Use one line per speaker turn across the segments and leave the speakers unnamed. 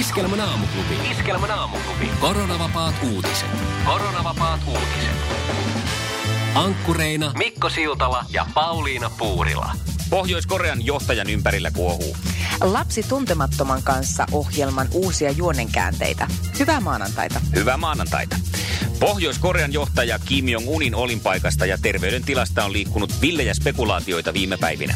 Iskelmän aamuklubi. Iskelmän aamuklubi. Koronavapaat uutiset. Koronavapaat uutiset. Ankkureina Mikko Siltala ja Pauliina Puurila.
Pohjois-Korean johtajan ympärillä kuohuu.
Lapsi tuntemattoman kanssa ohjelman uusia juonenkäänteitä. Hyvää maanantaita.
Hyvää maanantaita. Pohjois-Korean johtaja Kim Jong-unin olinpaikasta ja terveydentilasta on liikkunut villejä spekulaatioita viime päivinä.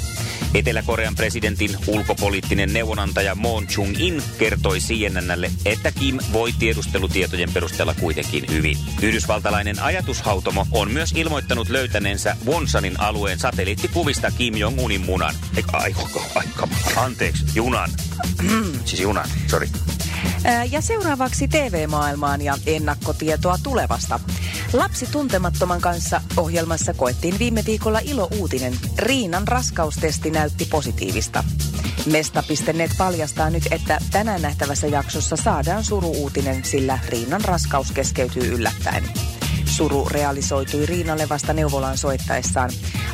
Etelä-Korean presidentin ulkopoliittinen neuvonantaja Moon Chung-in kertoi CNNlle, että Kim voi tiedustelutietojen perusteella kuitenkin hyvin. Yhdysvaltalainen ajatushautomo on myös ilmoittanut löytäneensä Wonsanin alueen satelliittikuvista Kim Jong-unin munan. Eikä, ai, ai, ai, anteeksi, junan. siis junan, sorry.
Ää, Ja seuraavaksi TV-maailmaan ja ennakkotietoa tulevasta. Lapsi tuntemattoman kanssa ohjelmassa koettiin viime viikolla ilouutinen. Riinan raskaustesti näytti positiivista. Mesta.net paljastaa nyt, että tänään nähtävässä jaksossa saadaan suruuutinen, sillä Riinan raskaus keskeytyy yllättäen. Suru realisoitui Riinalle vasta neuvolaan soittaessaan.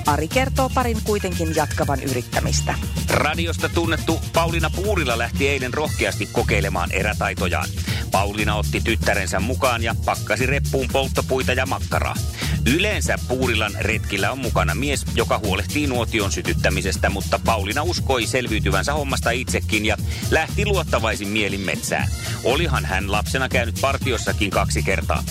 Ari kertoo parin kuitenkin jatkavan yrittämistä.
Radiosta tunnettu Pauliina Puurila lähti eilen rohkeasti kokeilemaan erätaitojaan. Pauliina otti tyttärensä mukaan ja pakkasi reppuun polttopuita ja makkaraa. Yleensä Puurilan retkillä on mukana mies, joka huolehtii nuotion sytyttämisestä, mutta Pauliina uskoi selviytyvänsä hommasta itsekin ja lähti luottavaisin mielin metsään. Olihan hän lapsena käynyt partiossakin kaksi kertaa.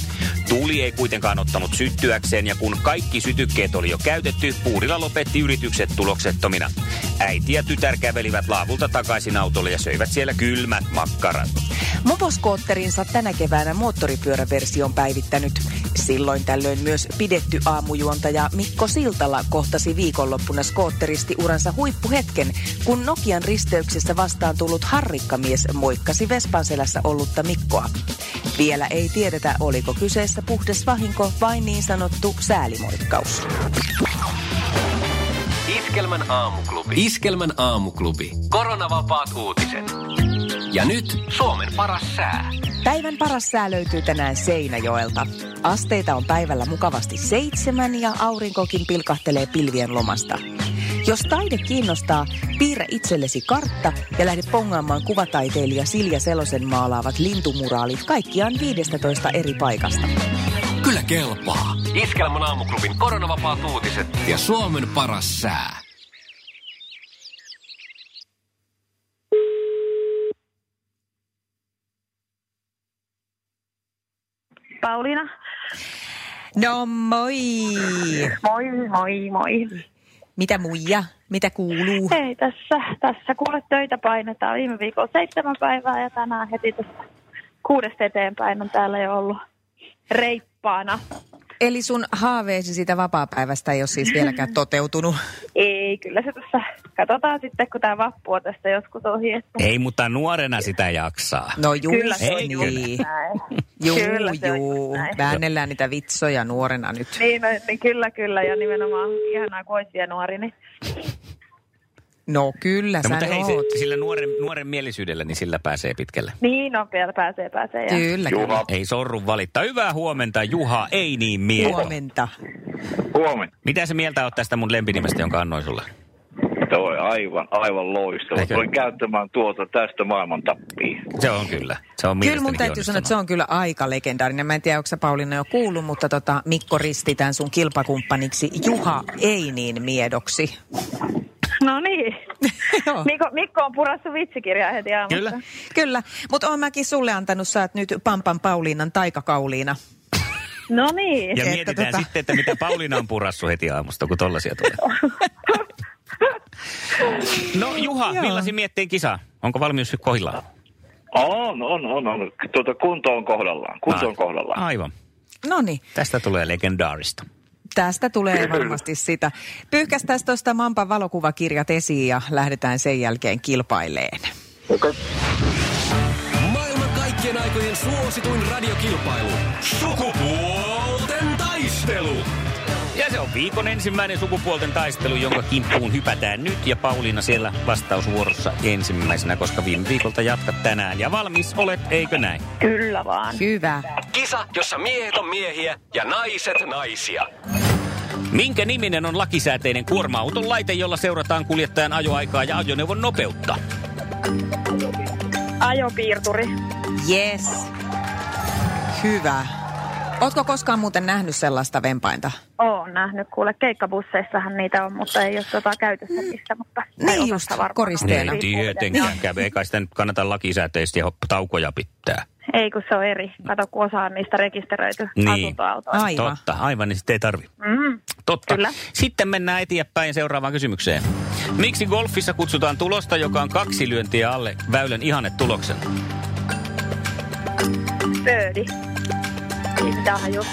Tuuli ei kuitenkaan ottanut syttyäkseen ja kun kaikki sytykkeet oli jo käytetty, Puurila lopetti yritykset tuloksettomina. Äiti ja tytär kävelivät laavulta takaisin autolle ja söivät siellä kylmät makkarat.
Moposkootterinsa tänä keväänä moottoripyöräversion päivittänyt. Silloin tällöin myös pidetty aamujuontaja Mikko Siltala kohtasi viikonloppuna skootteristi uransa huippuhetken, kun Nokian risteyksessä vastaan tullut harrikkamies moikkasi Vespan selässä ollutta Mikkoa. Vielä ei tiedetä, oliko kyseessä puhdas vahinko vai niin sanottu säälimoikkaus.
Iskelmän aamuklubi. Iskelmän aamuklubi. Koronavapaat uutiset. Ja nyt Suomen paras sää.
Päivän paras sää löytyy tänään Seinäjoelta. Asteita on päivällä mukavasti seitsemän ja aurinkokin pilkahtelee pilvien lomasta. Jos taide kiinnostaa, piirrä itsellesi kartta ja lähde pongaamaan kuvataiteilija Silja Selosen maalaavat lintumuraalit kaikkiaan 15 eri paikasta.
Kyllä kelpaa. Iskelmän aamuklubin koronavapaat uutiset. Ja Suomen paras sää.
Pauliina.
No moi!
Moi, moi, moi.
Mitä muija? Mitä kuuluu?
Hei, tässä, tässä kuule töitä painetaan. Viime viikolla seitsemän päivää ja tänään heti tästä kuudesta eteenpäin on täällä jo ollut reippaana.
Eli sun haaveesi siitä vapaapäivästä ei ole siis vieläkään toteutunut.
Ei, kyllä se tässä. Katsotaan sitten, kun tämä vappu on tästä joskus ohi. Että
Ei, mutta nuorena sitä jaksaa.
No juu,
kyllä se on just
niin.
näin.
Juu,
Kyllä se on
juu.
just näin.
Väännellään niitä vitsoja nuorena nyt.
Niin, no, niin, kyllä, kyllä. Ja nimenomaan ihanaa, kun olisi vielä nuori, niin
No kyllä,
No,
sä
mutta hei, se,
oot.
sillä nuoren, nuoren mielisyydellä, niin sillä pääsee pitkälle.
niin on vielä pääsee, pääsee. Ja...
Kyllä, kyllä.
Ei sorru valittaa. Hyvää huomenta, Juha, ei niin mieto.
Huomenta.
Huomenta.
Mitä sä mieltä oot tästä mun lempinimestä, jonka annoin sulle?
Toi aivan, aivan loistava.
Eikö?
Tulin käyttämään tuota tästä maailman tappiin.
Se on kyllä. Se on
Kyllä mun täytyy sanoa, että se on kyllä aika legendaarinen. Mä en tiedä, onko sä Pauliina jo kuullut, mutta tota, Mikko Risti tämän sun kilpakumppaniksi Juha ei niin miedoksi.
No niin.
Joo.
Mikko, Mikko on purassu vitsikirjaa heti aamusta.
Kyllä.
Kyllä, mutta oon mäkin sulle antanut, sä oot nyt Pampan Pauliinan taikakauliina.
No niin.
Ja
Että
mietitään
tota-
sitten, että mitä Pauliina on purassu heti aamusta, kun tollasia tulee. No Juha,
Joo.
millaisin miettiin kisaa? Onko valmius kohdillaan?
On, on, on, on. Tuota, kunto on kohdallaan. Kunto on kohdallaan.
Aivan.
No niin,
Tästä tulee legendaarista.
tästä tulee varmasti sitä. Pyyhkästäs tuosta Mampan valokuvakirjat esiin ja lähdetään sen jälkeen kilpaileen.
Maailman kaikkien aikojen aikojen suosituin radiokilpailu. Sukupuolten taistelu.
Ja se on viikon ensimmäinen sukupuolten taistelu, jonka kimppuun hypätään nyt. Ja Pauliina siellä vastausvuorossa ensimmäisenä, koska viime viikolta jatkat tänään. Ja valmis olet, eikö näin?
Kyllä vaan.
Hyvä.
Kisa, jossa miehet on miehiä ja naiset naisia.
Minkä niminen on lakisääteinen kuorma-auton laite, jolla seurataan kuljettajan ajoaikaa ja ajoneuvon nopeutta?
Ajopiirturi.
Yes. Hyvä. Ootko koskaan muuten nähnyt sellaista vempainta?
Oon nähnyt, kuule, keikkabusseissahan niitä on, mutta ei ole tota käytössä mistä, mutta...
Niin
ei
just,
osasta varmaan.
koristeena.
Niin Ei tietenkään käy. Eikä sitä nyt kannata lakisääteisesti hop- taukoja pitää.
No, Ei, kun se on eri. Kato, kun osa on niistä rekisteröity
Niin.
niin. asuntoautoa.
Aivan.
Totta, aivan, niin sitten ei tarvi.
Mm.
Totta.
Kyllä.
Sitten mennään eteenpäin seuraavaan kysymykseen. Miksi golfissa kutsutaan tulosta, joka on kaksi lyöntiä alle väylän ihannetuloksen?
Pöödi. Sitähän just.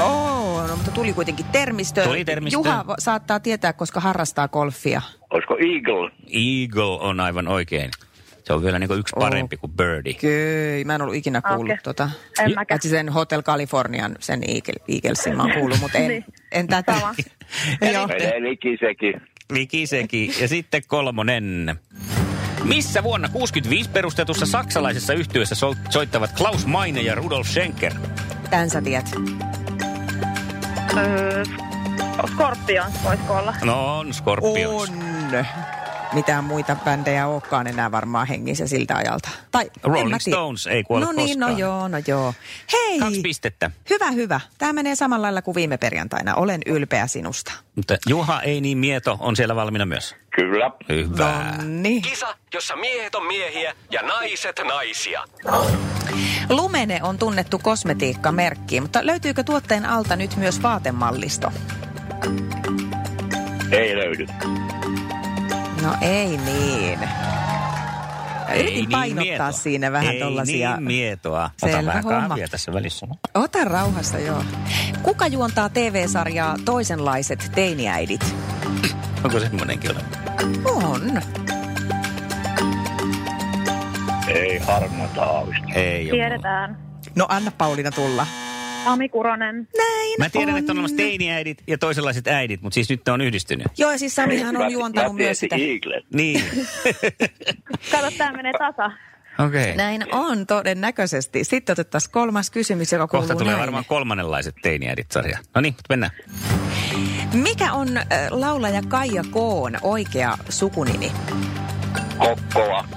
Oo, no, mutta tuli kuitenkin termistö.
Tuli termistöön.
Juha vo- saattaa tietää, koska harrastaa golfia.
Olisiko Eagle?
Eagle on aivan oikein. Se on vielä niin yksi
Oh.
parempi kuin birdie.
Kyllä, mä en ollut ikinä kuullut
Okei.
tota.
En mäkään.
Paitsi sen Hotel Californian, sen Eagle- Eaglesin mä oon kuullut, mutta en,
Niin.
en tätä.
Sama.
Joo.
Menee likisekin.
Vikiseki. Ja sitten kolmonen. Missä vuonna 65 perustetussa saksalaisessa yhtyössä so- soittavat Klaus Meine ja Rudolf Schenker?
Tän sä tiedät.
Öö, Scorpion voisiko olla?
No on Scorpions.
Mitään muita bändejä olekaan enää varmaan hengissä siltä ajalta. Tai, en mä
Rolling
tiedä.
Stones ei kuole
No niin, no
koskaan.
joo, no joo. Hei!
Kaksi pistettä.
Hyvä, hyvä. Tämä menee samalla lailla kuin viime perjantaina. Olen ylpeä sinusta.
Mutta Juha ei niin mieto on siellä valmiina myös.
Kyllä.
Hyvä.
Nonni.
Kisa, jossa miehet on miehiä ja naiset naisia.
Lumene on tunnettu kosmetiikkamerkki, mutta löytyykö tuotteen alta nyt myös vaatemallisto?
Ei löydy.
No ei niin.
Ei
Yritin
niin
painottaa
mietoa.
siinä vähän
ei
tollasia.
niin mietoa. Ota
Selvä
vähän
homma.
kahvia tässä välissä.
Ota rauhassa, joo. Kuka juontaa TV-sarjaa Toisenlaiset teiniäidit?
Onko semmoinenkin ole?
On.
Ei harmaata aavista.
Ei ole.
Tiedetään.
No anna Pauliina tulla.
Ami Kuronen.
Näin
Mä tiedän,
on.
että on olemassa teiniäidit ja toisenlaiset äidit, mutta siis nyt ne on yhdistynyt.
Joo, siis Samihan
Mä-
on juontanut
mä
myös sitä.
tiesin Eagle.
Niin.
Kato, tää menee tasa.
Okei. Okay.
Näin on todennäköisesti. Sitten otettaisiin kolmas kysymys, joka kuuluu
Kohta tulee
näin.
varmaan kolmannenlaiset teiniäidit sarja. No niin, mennään.
Mikä on äh, laulaja Kaija Koon oikea sukunimi?
Kokkola.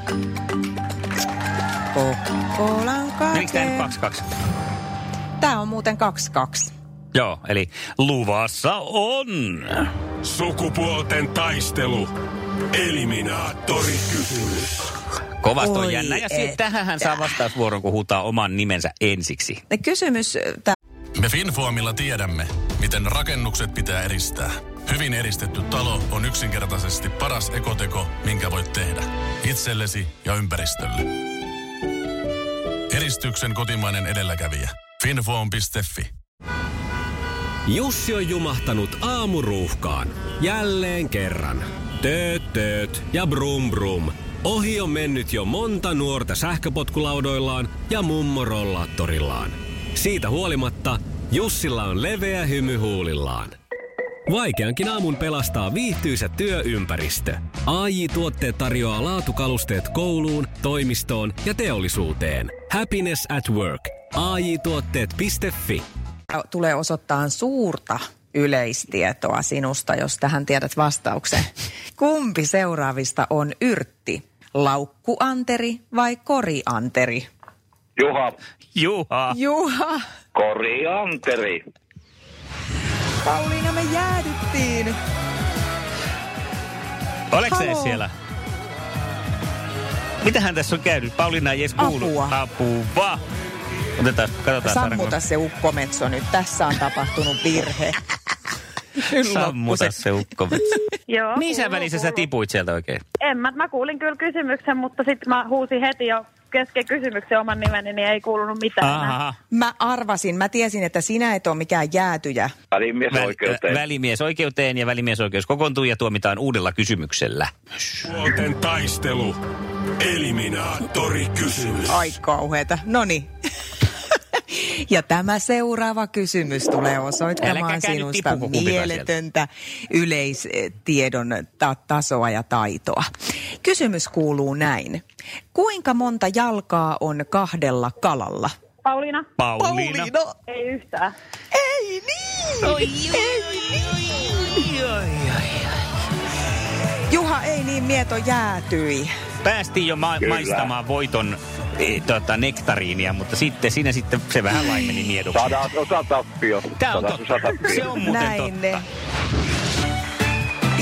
Kokkolan
Menikö tämä nyt
kaiken.
kaksi kaksi?
Tämä on muuten 22.
Joo, eli luvassa on.
Sukupuolten taistelu. Eliminaattori kysymys.
Kovasti on
Oi
jännä. Ja si-
että.
tähän saa vastausvuoron, kun huutaa oman nimensä ensiksi.
Kysymys äh, tää
Me Finfoamilla tiedämme, miten rakennukset pitää eristää. Hyvin eristetty talo on yksinkertaisesti paras ekoteko, minkä voit tehdä. Itsellesi ja ympäristölle. Eristyksen kotimainen edelläkävijä. Finfoam.fi
Jussi on jumahtanut aamuruuhkaan. Jälleen kerran. Tööt, tööt ja brum brum. Ohi on mennyt jo monta nuorta sähköpotkulaudoillaan ja mummorollaattorillaan. Siitä huolimatta Jussilla on leveä hymy huulillaan. Vaikeankin aamun pelastaa viihtyisä työympäristö. AI Tuotteet tarjoaa laatukalusteet kouluun, toimistoon ja teollisuuteen. Happiness at work. AJ-tuotteet.fi
tulee osoittaa suurta yleistietoa sinusta, jos tähän tiedät vastauksen. Kumpi seuraavista on yrtti? Laukkuanteri vai korianteri?
Juha
Juha.
Juha,
Korianteri.
Pauliina me jäädyttiin.
Oleks se
Haloo.
edes siellä? Mitähän tässä on käynyt? Pauliina ei edes kuulu.
Apua.
Apua. Otetaan, katsotaan.
Sammuta
saadaanko-
se ukkometso nyt. Tässä on tapahtunut virhe. Nyt loppu
Sammuta se ukko.
Joo.
Missä
kuuluu,
välissä sä
kuuluu.
tipuit sieltä oikein?
En mä, mä kuulin kyllä kysymyksen, mutta sitten mä huusin heti jo kesken kysymyksen oman nimeni, niin ei kuulunut mitään. enää.
Aha.
Mä arvasin, mä tiesin, että sinä et ole mikään jäätyjä.
Välimies
Väl, äh,
oikeuteen.
välimies oikeuteen ja välimiesoikeus kokoontuu ja tuomitaan uudella kysymyksellä.
Sukupuolten taistelu.
Eliminaattori kysymys.
Ai kauheeta. Noni. Ja tämä seuraava kysymys tulee
Älkääkää
osoittamaan
nyt
sinusta
tippuko kumpikaan
mieletöntä yleistiedon ta- tasoa ja taitoa. Kysymys kuuluu näin. Kuinka monta jalkaa on kahdella kalalla?
Pauliina,
Pauliina.
Pauliina.
ei yhtään.
Ei niin!
niin!
Juha ei niin mieto jäätyi.
Päästiin jo ma-
Kyllä.
maistamaan voiton e, tota, nektariinia, mutta sitten siinä sitten se vähän laimeni miedoksi.
Saadaan osa tappio.
Tää on
Saadaan
totta.
osa tappio.
Se on muuten
Näin
totta.
ne.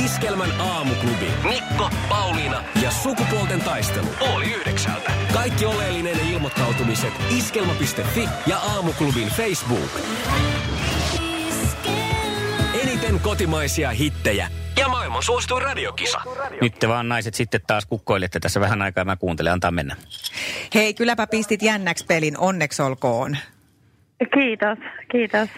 Iskelmän aamuklubi. Mikko, Pauliina ja sukupuolten taistelu. Oli yhdeksältä. Kaikki oleellinen ilmoittautumiset iskelma.fi ja aamuklubin Facebook. Eniten kotimaisia hittejä ja maailman suosituin radiokisa.
Nyt te vaan naiset sitten taas kukkoilette tässä vähän aikaa. Mä kuuntelen, antaa mennä.
Hei, kylläpä pistit jännäksi pelin, onneksi olkoon.
Kiitos, kiitos.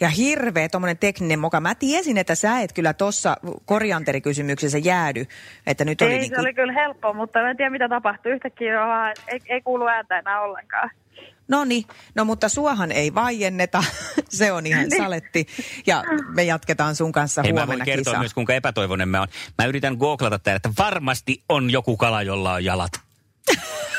Ja hirveä tuommoinen tekninen moka. Mä tiesin, että sä et kyllä tuossa korianterikysymyksessä jäädy. Että nyt oli
ei,
niinku-
niin
se oli kyllä helppoa, mutta en tiedä mitä tapahtui. Yhtäkkiä on vaan, ei, ei kuulu ääntä enää ollenkaan.
No niin, no mutta suahan ei vaienneta. se on ihan saletti. Ja me jatketaan sun kanssa
Ei mä voin
huomenna
kertoa
kisaa.
myös, kuinka epätoivoinen mä oon. Mä yritän googlata täällä, että varmasti on joku kala, jolla on jalat.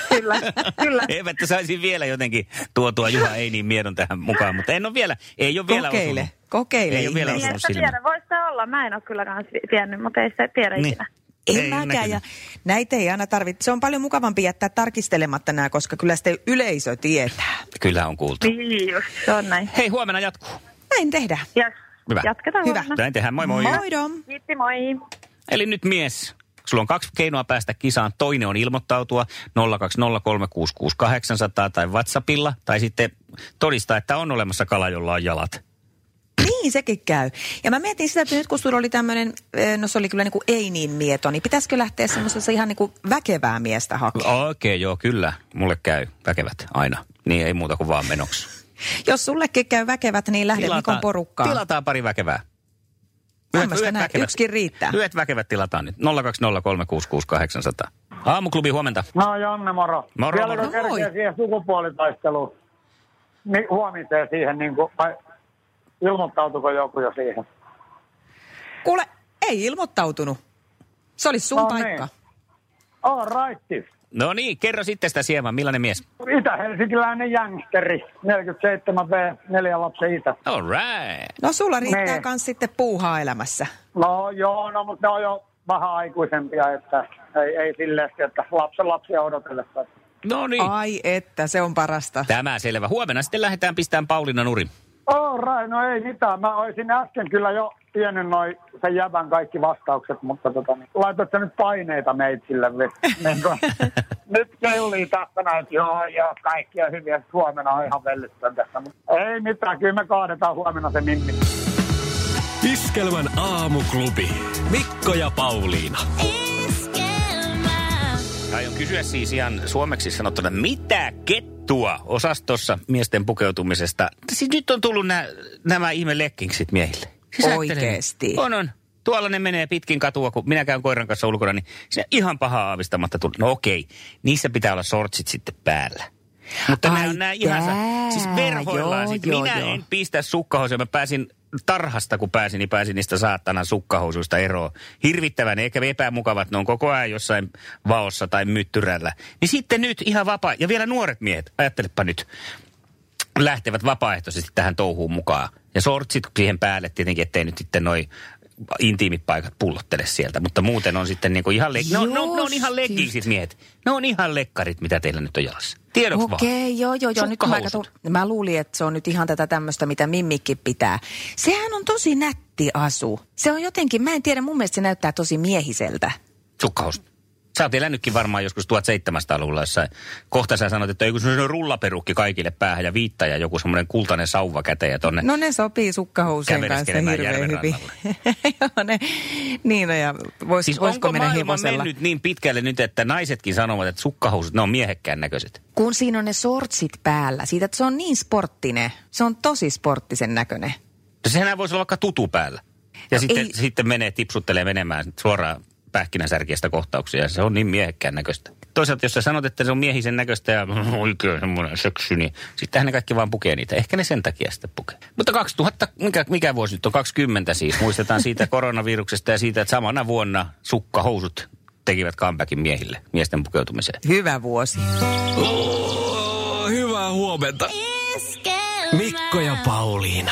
Kyllä, kyllä.
Eivättä saisin vielä jotenkin tuotua Juha ei niin miedon tähän mukaan, mutta en ole vielä, ei ole vielä
Kokeile,
osunut.
kokeile
Ei ole vielä
ihmeessä.
Niin,
osunut
että
silmään.
tiedä, voisi se olla. Mä en ole kyllä kans vi- tiennyt, mutta ei sitä tiedä
Niin.
ikinä.
En
Ei
ei
ole
mäkään.
näkynyt.
Ja näitä ei aina tarvitse. Se on paljon mukavampi jättää tarkistelematta nämä, koska kyllä sitten yleisö tietää.
Kyllä on kuultu.
Niin just, se on näin.
Hei, huomenna jatkuu.
Näin tehdään.
Yes.
Hyvä.
Jatketaan
Hyvä.
huomenna.
Näin tehdään, moi moi.
Moidom.
Kiitti, moi.
Eli nyt mies, sulla on kaksi keinoa päästä kisaan. Toinen on ilmoittautua 020366800 tai WhatsAppilla, tai sitten todistaa, että on olemassa kala, jolla on jalat.
Niin, sekin käy. Ja mä mietin sitä, että nyt kun sulla oli tämmöinen, no se oli kyllä niin kuin ei niin mieto, niin pitäisikö lähteä semmoisessa ihan niin kuin väkevää miestä hakemaan?
Okei, okay, joo, kyllä. Mulle käy väkevät aina. Niin ei muuta kuin vaan menoksi.
Jos sullekin käy väkevät, niin lähde Mikon porukkaan.
Tilataan pari väkevää.
Tämmöistä näin, yksikin riittää.
Lyöt väkevät tilataan nyt. 020366800. Aamuklubi huomenta.
No Janne, moro.
Moro,
Vieläkö
moro.
kerkeä
Moi.
siihen sukupuolitaisteluun? Niin, huomiseen siihen, niin kuin, vai ilmoittautuko joku jo siihen?
Kuule, ei ilmoittautunut. Se olisi sun
No niin.
paikka.
All right.
No niin, kerro sitten sitä sieman, millainen mies?
Itä-helsinkiläinen jängsteri, 47B, neljä lapsen isä.
All right.
No sulla riittää
Niin.
kans sitten puuhaa elämässä.
No joo, no mutta ne on jo vähän aikuisempia, että ei, ei silleen, että lapsen lapsia odotellessa.
No niin.
Ai että, se on parasta.
Tämä selvä. Huomenna sitten lähdetään pistämään Pauliina nurin.
All right, no ei mitään. Mä olisin äsken kyllä jo tiennyt noin sen jävän kaikki vastaukset, mutta tota, niin, laitat sä nyt paineita meitsille. vi- Niin kun, nyt keulii tässä näin, että joo, joo, kaikki on hyviä. Huomenna on ihan vellytön tässä. Mutta ei mitään, kyllä me kaadetaan huomenna se mimmi.
Iskelmän aamuklubi. Mikko ja Pauliina.
Aion kysyä siis ihan suomeksi sanottuna, mitä kettua osastossa miesten pukeutumisesta? Siis nyt on tullut nää, nämä ihme leggingsit miehille. ajattelen,
Oikeesti?
On, on. Tuolla ne menee pitkin katua, kun minä käyn koiran kanssa ulkona, niin se ihan pahaa aavistamatta tulee. No okei, niissä pitää olla sortsit sitten päällä. Mutta nämä
Ai
on nämä ihan,
tää,
siis verhoillaan
joo,
sit.
joo,
Minä
joo.
en pistä sukkahousuja. Mä pääsin tarhasta, kun pääsin, niin pääsin niistä saattanan sukkahousuista eroon. Hirvittävän, eikä epämukavat, ne on koko ajan jossain vaossa tai myttyrällä. Niin sitten nyt ihan vapaa, ja vielä nuoret miehet, ajattelepa nyt, lähtevät vapaaehtoisesti tähän touhuun mukaan. Ja sortsit siihen päälle tietenkin, ettei nyt sitten noi intiimit paikat pullottele sieltä, mutta muuten on sitten niinku ihan le- no, no, no, on ihan
Just,
leggingsit miehet. Ne on ihan lekkarit, mitä teillä nyt on jalassa. Tiedoksi vaan.
Okei, joo, joo, joo. Nyt kun mä, katson,
Sukkahousut.
mä luulin, että se on nyt ihan tätä tämmöistä, mitä mimmikki pitää. Sehän on tosi nätti asu. Se on jotenkin, mä en tiedä, mun mielestä se näyttää tosi miehiseltä.
Sukkahousut. Sä oot elänytkin varmaan joskus 1700-luvulla jossain. Kohta sä sanot, että joku semmoinen rullaperukki kaikille päähän ja viitta ja joku semmoinen kultainen sauva käteen ja tonne.
No ne sopii sukkahousien kanssa
Käveleskelemään
hirveän
järven
hyvin. joo, ne, niin no ja vois,
siis
voisiko
onko
mennä
maailma
hevosella?
mennyt niin pitkälle nyt, että naisetkin sanovat, että sukkahousut, ne on miehekkään näköiset.
Kun siinä on ne sortsit päällä, siitä että se on niin sporttinen. Se on tosi sporttisen näköinen.
No sehän voisi olla vaikka tutu päällä. Ja
No
sitten,
ei-
sitten menee, tipsuttelee menemään suoraan pähkinänsärkiästä kohtauksia. Ja se on niin miehekkään näköistä. toisaalta, jos sä sanot, että se on miehisen näköistä ja oikein semmoinen söksy, niin sittenhän ne kaikki vaan pukee niitä. Ehkä ne sen takia sitten pukee. Mutta 2000, mikä, mikä vuosi nyt on? 20 siis. Muistetaan siitä koronaviruksesta ja siitä, että samana vuonna sukkahousut tekivät comebackin miehille, miesten pukeutumiseen.
Hyvä vuosi.
Oh, hyvää huomenta. Mikko ja Pauliina.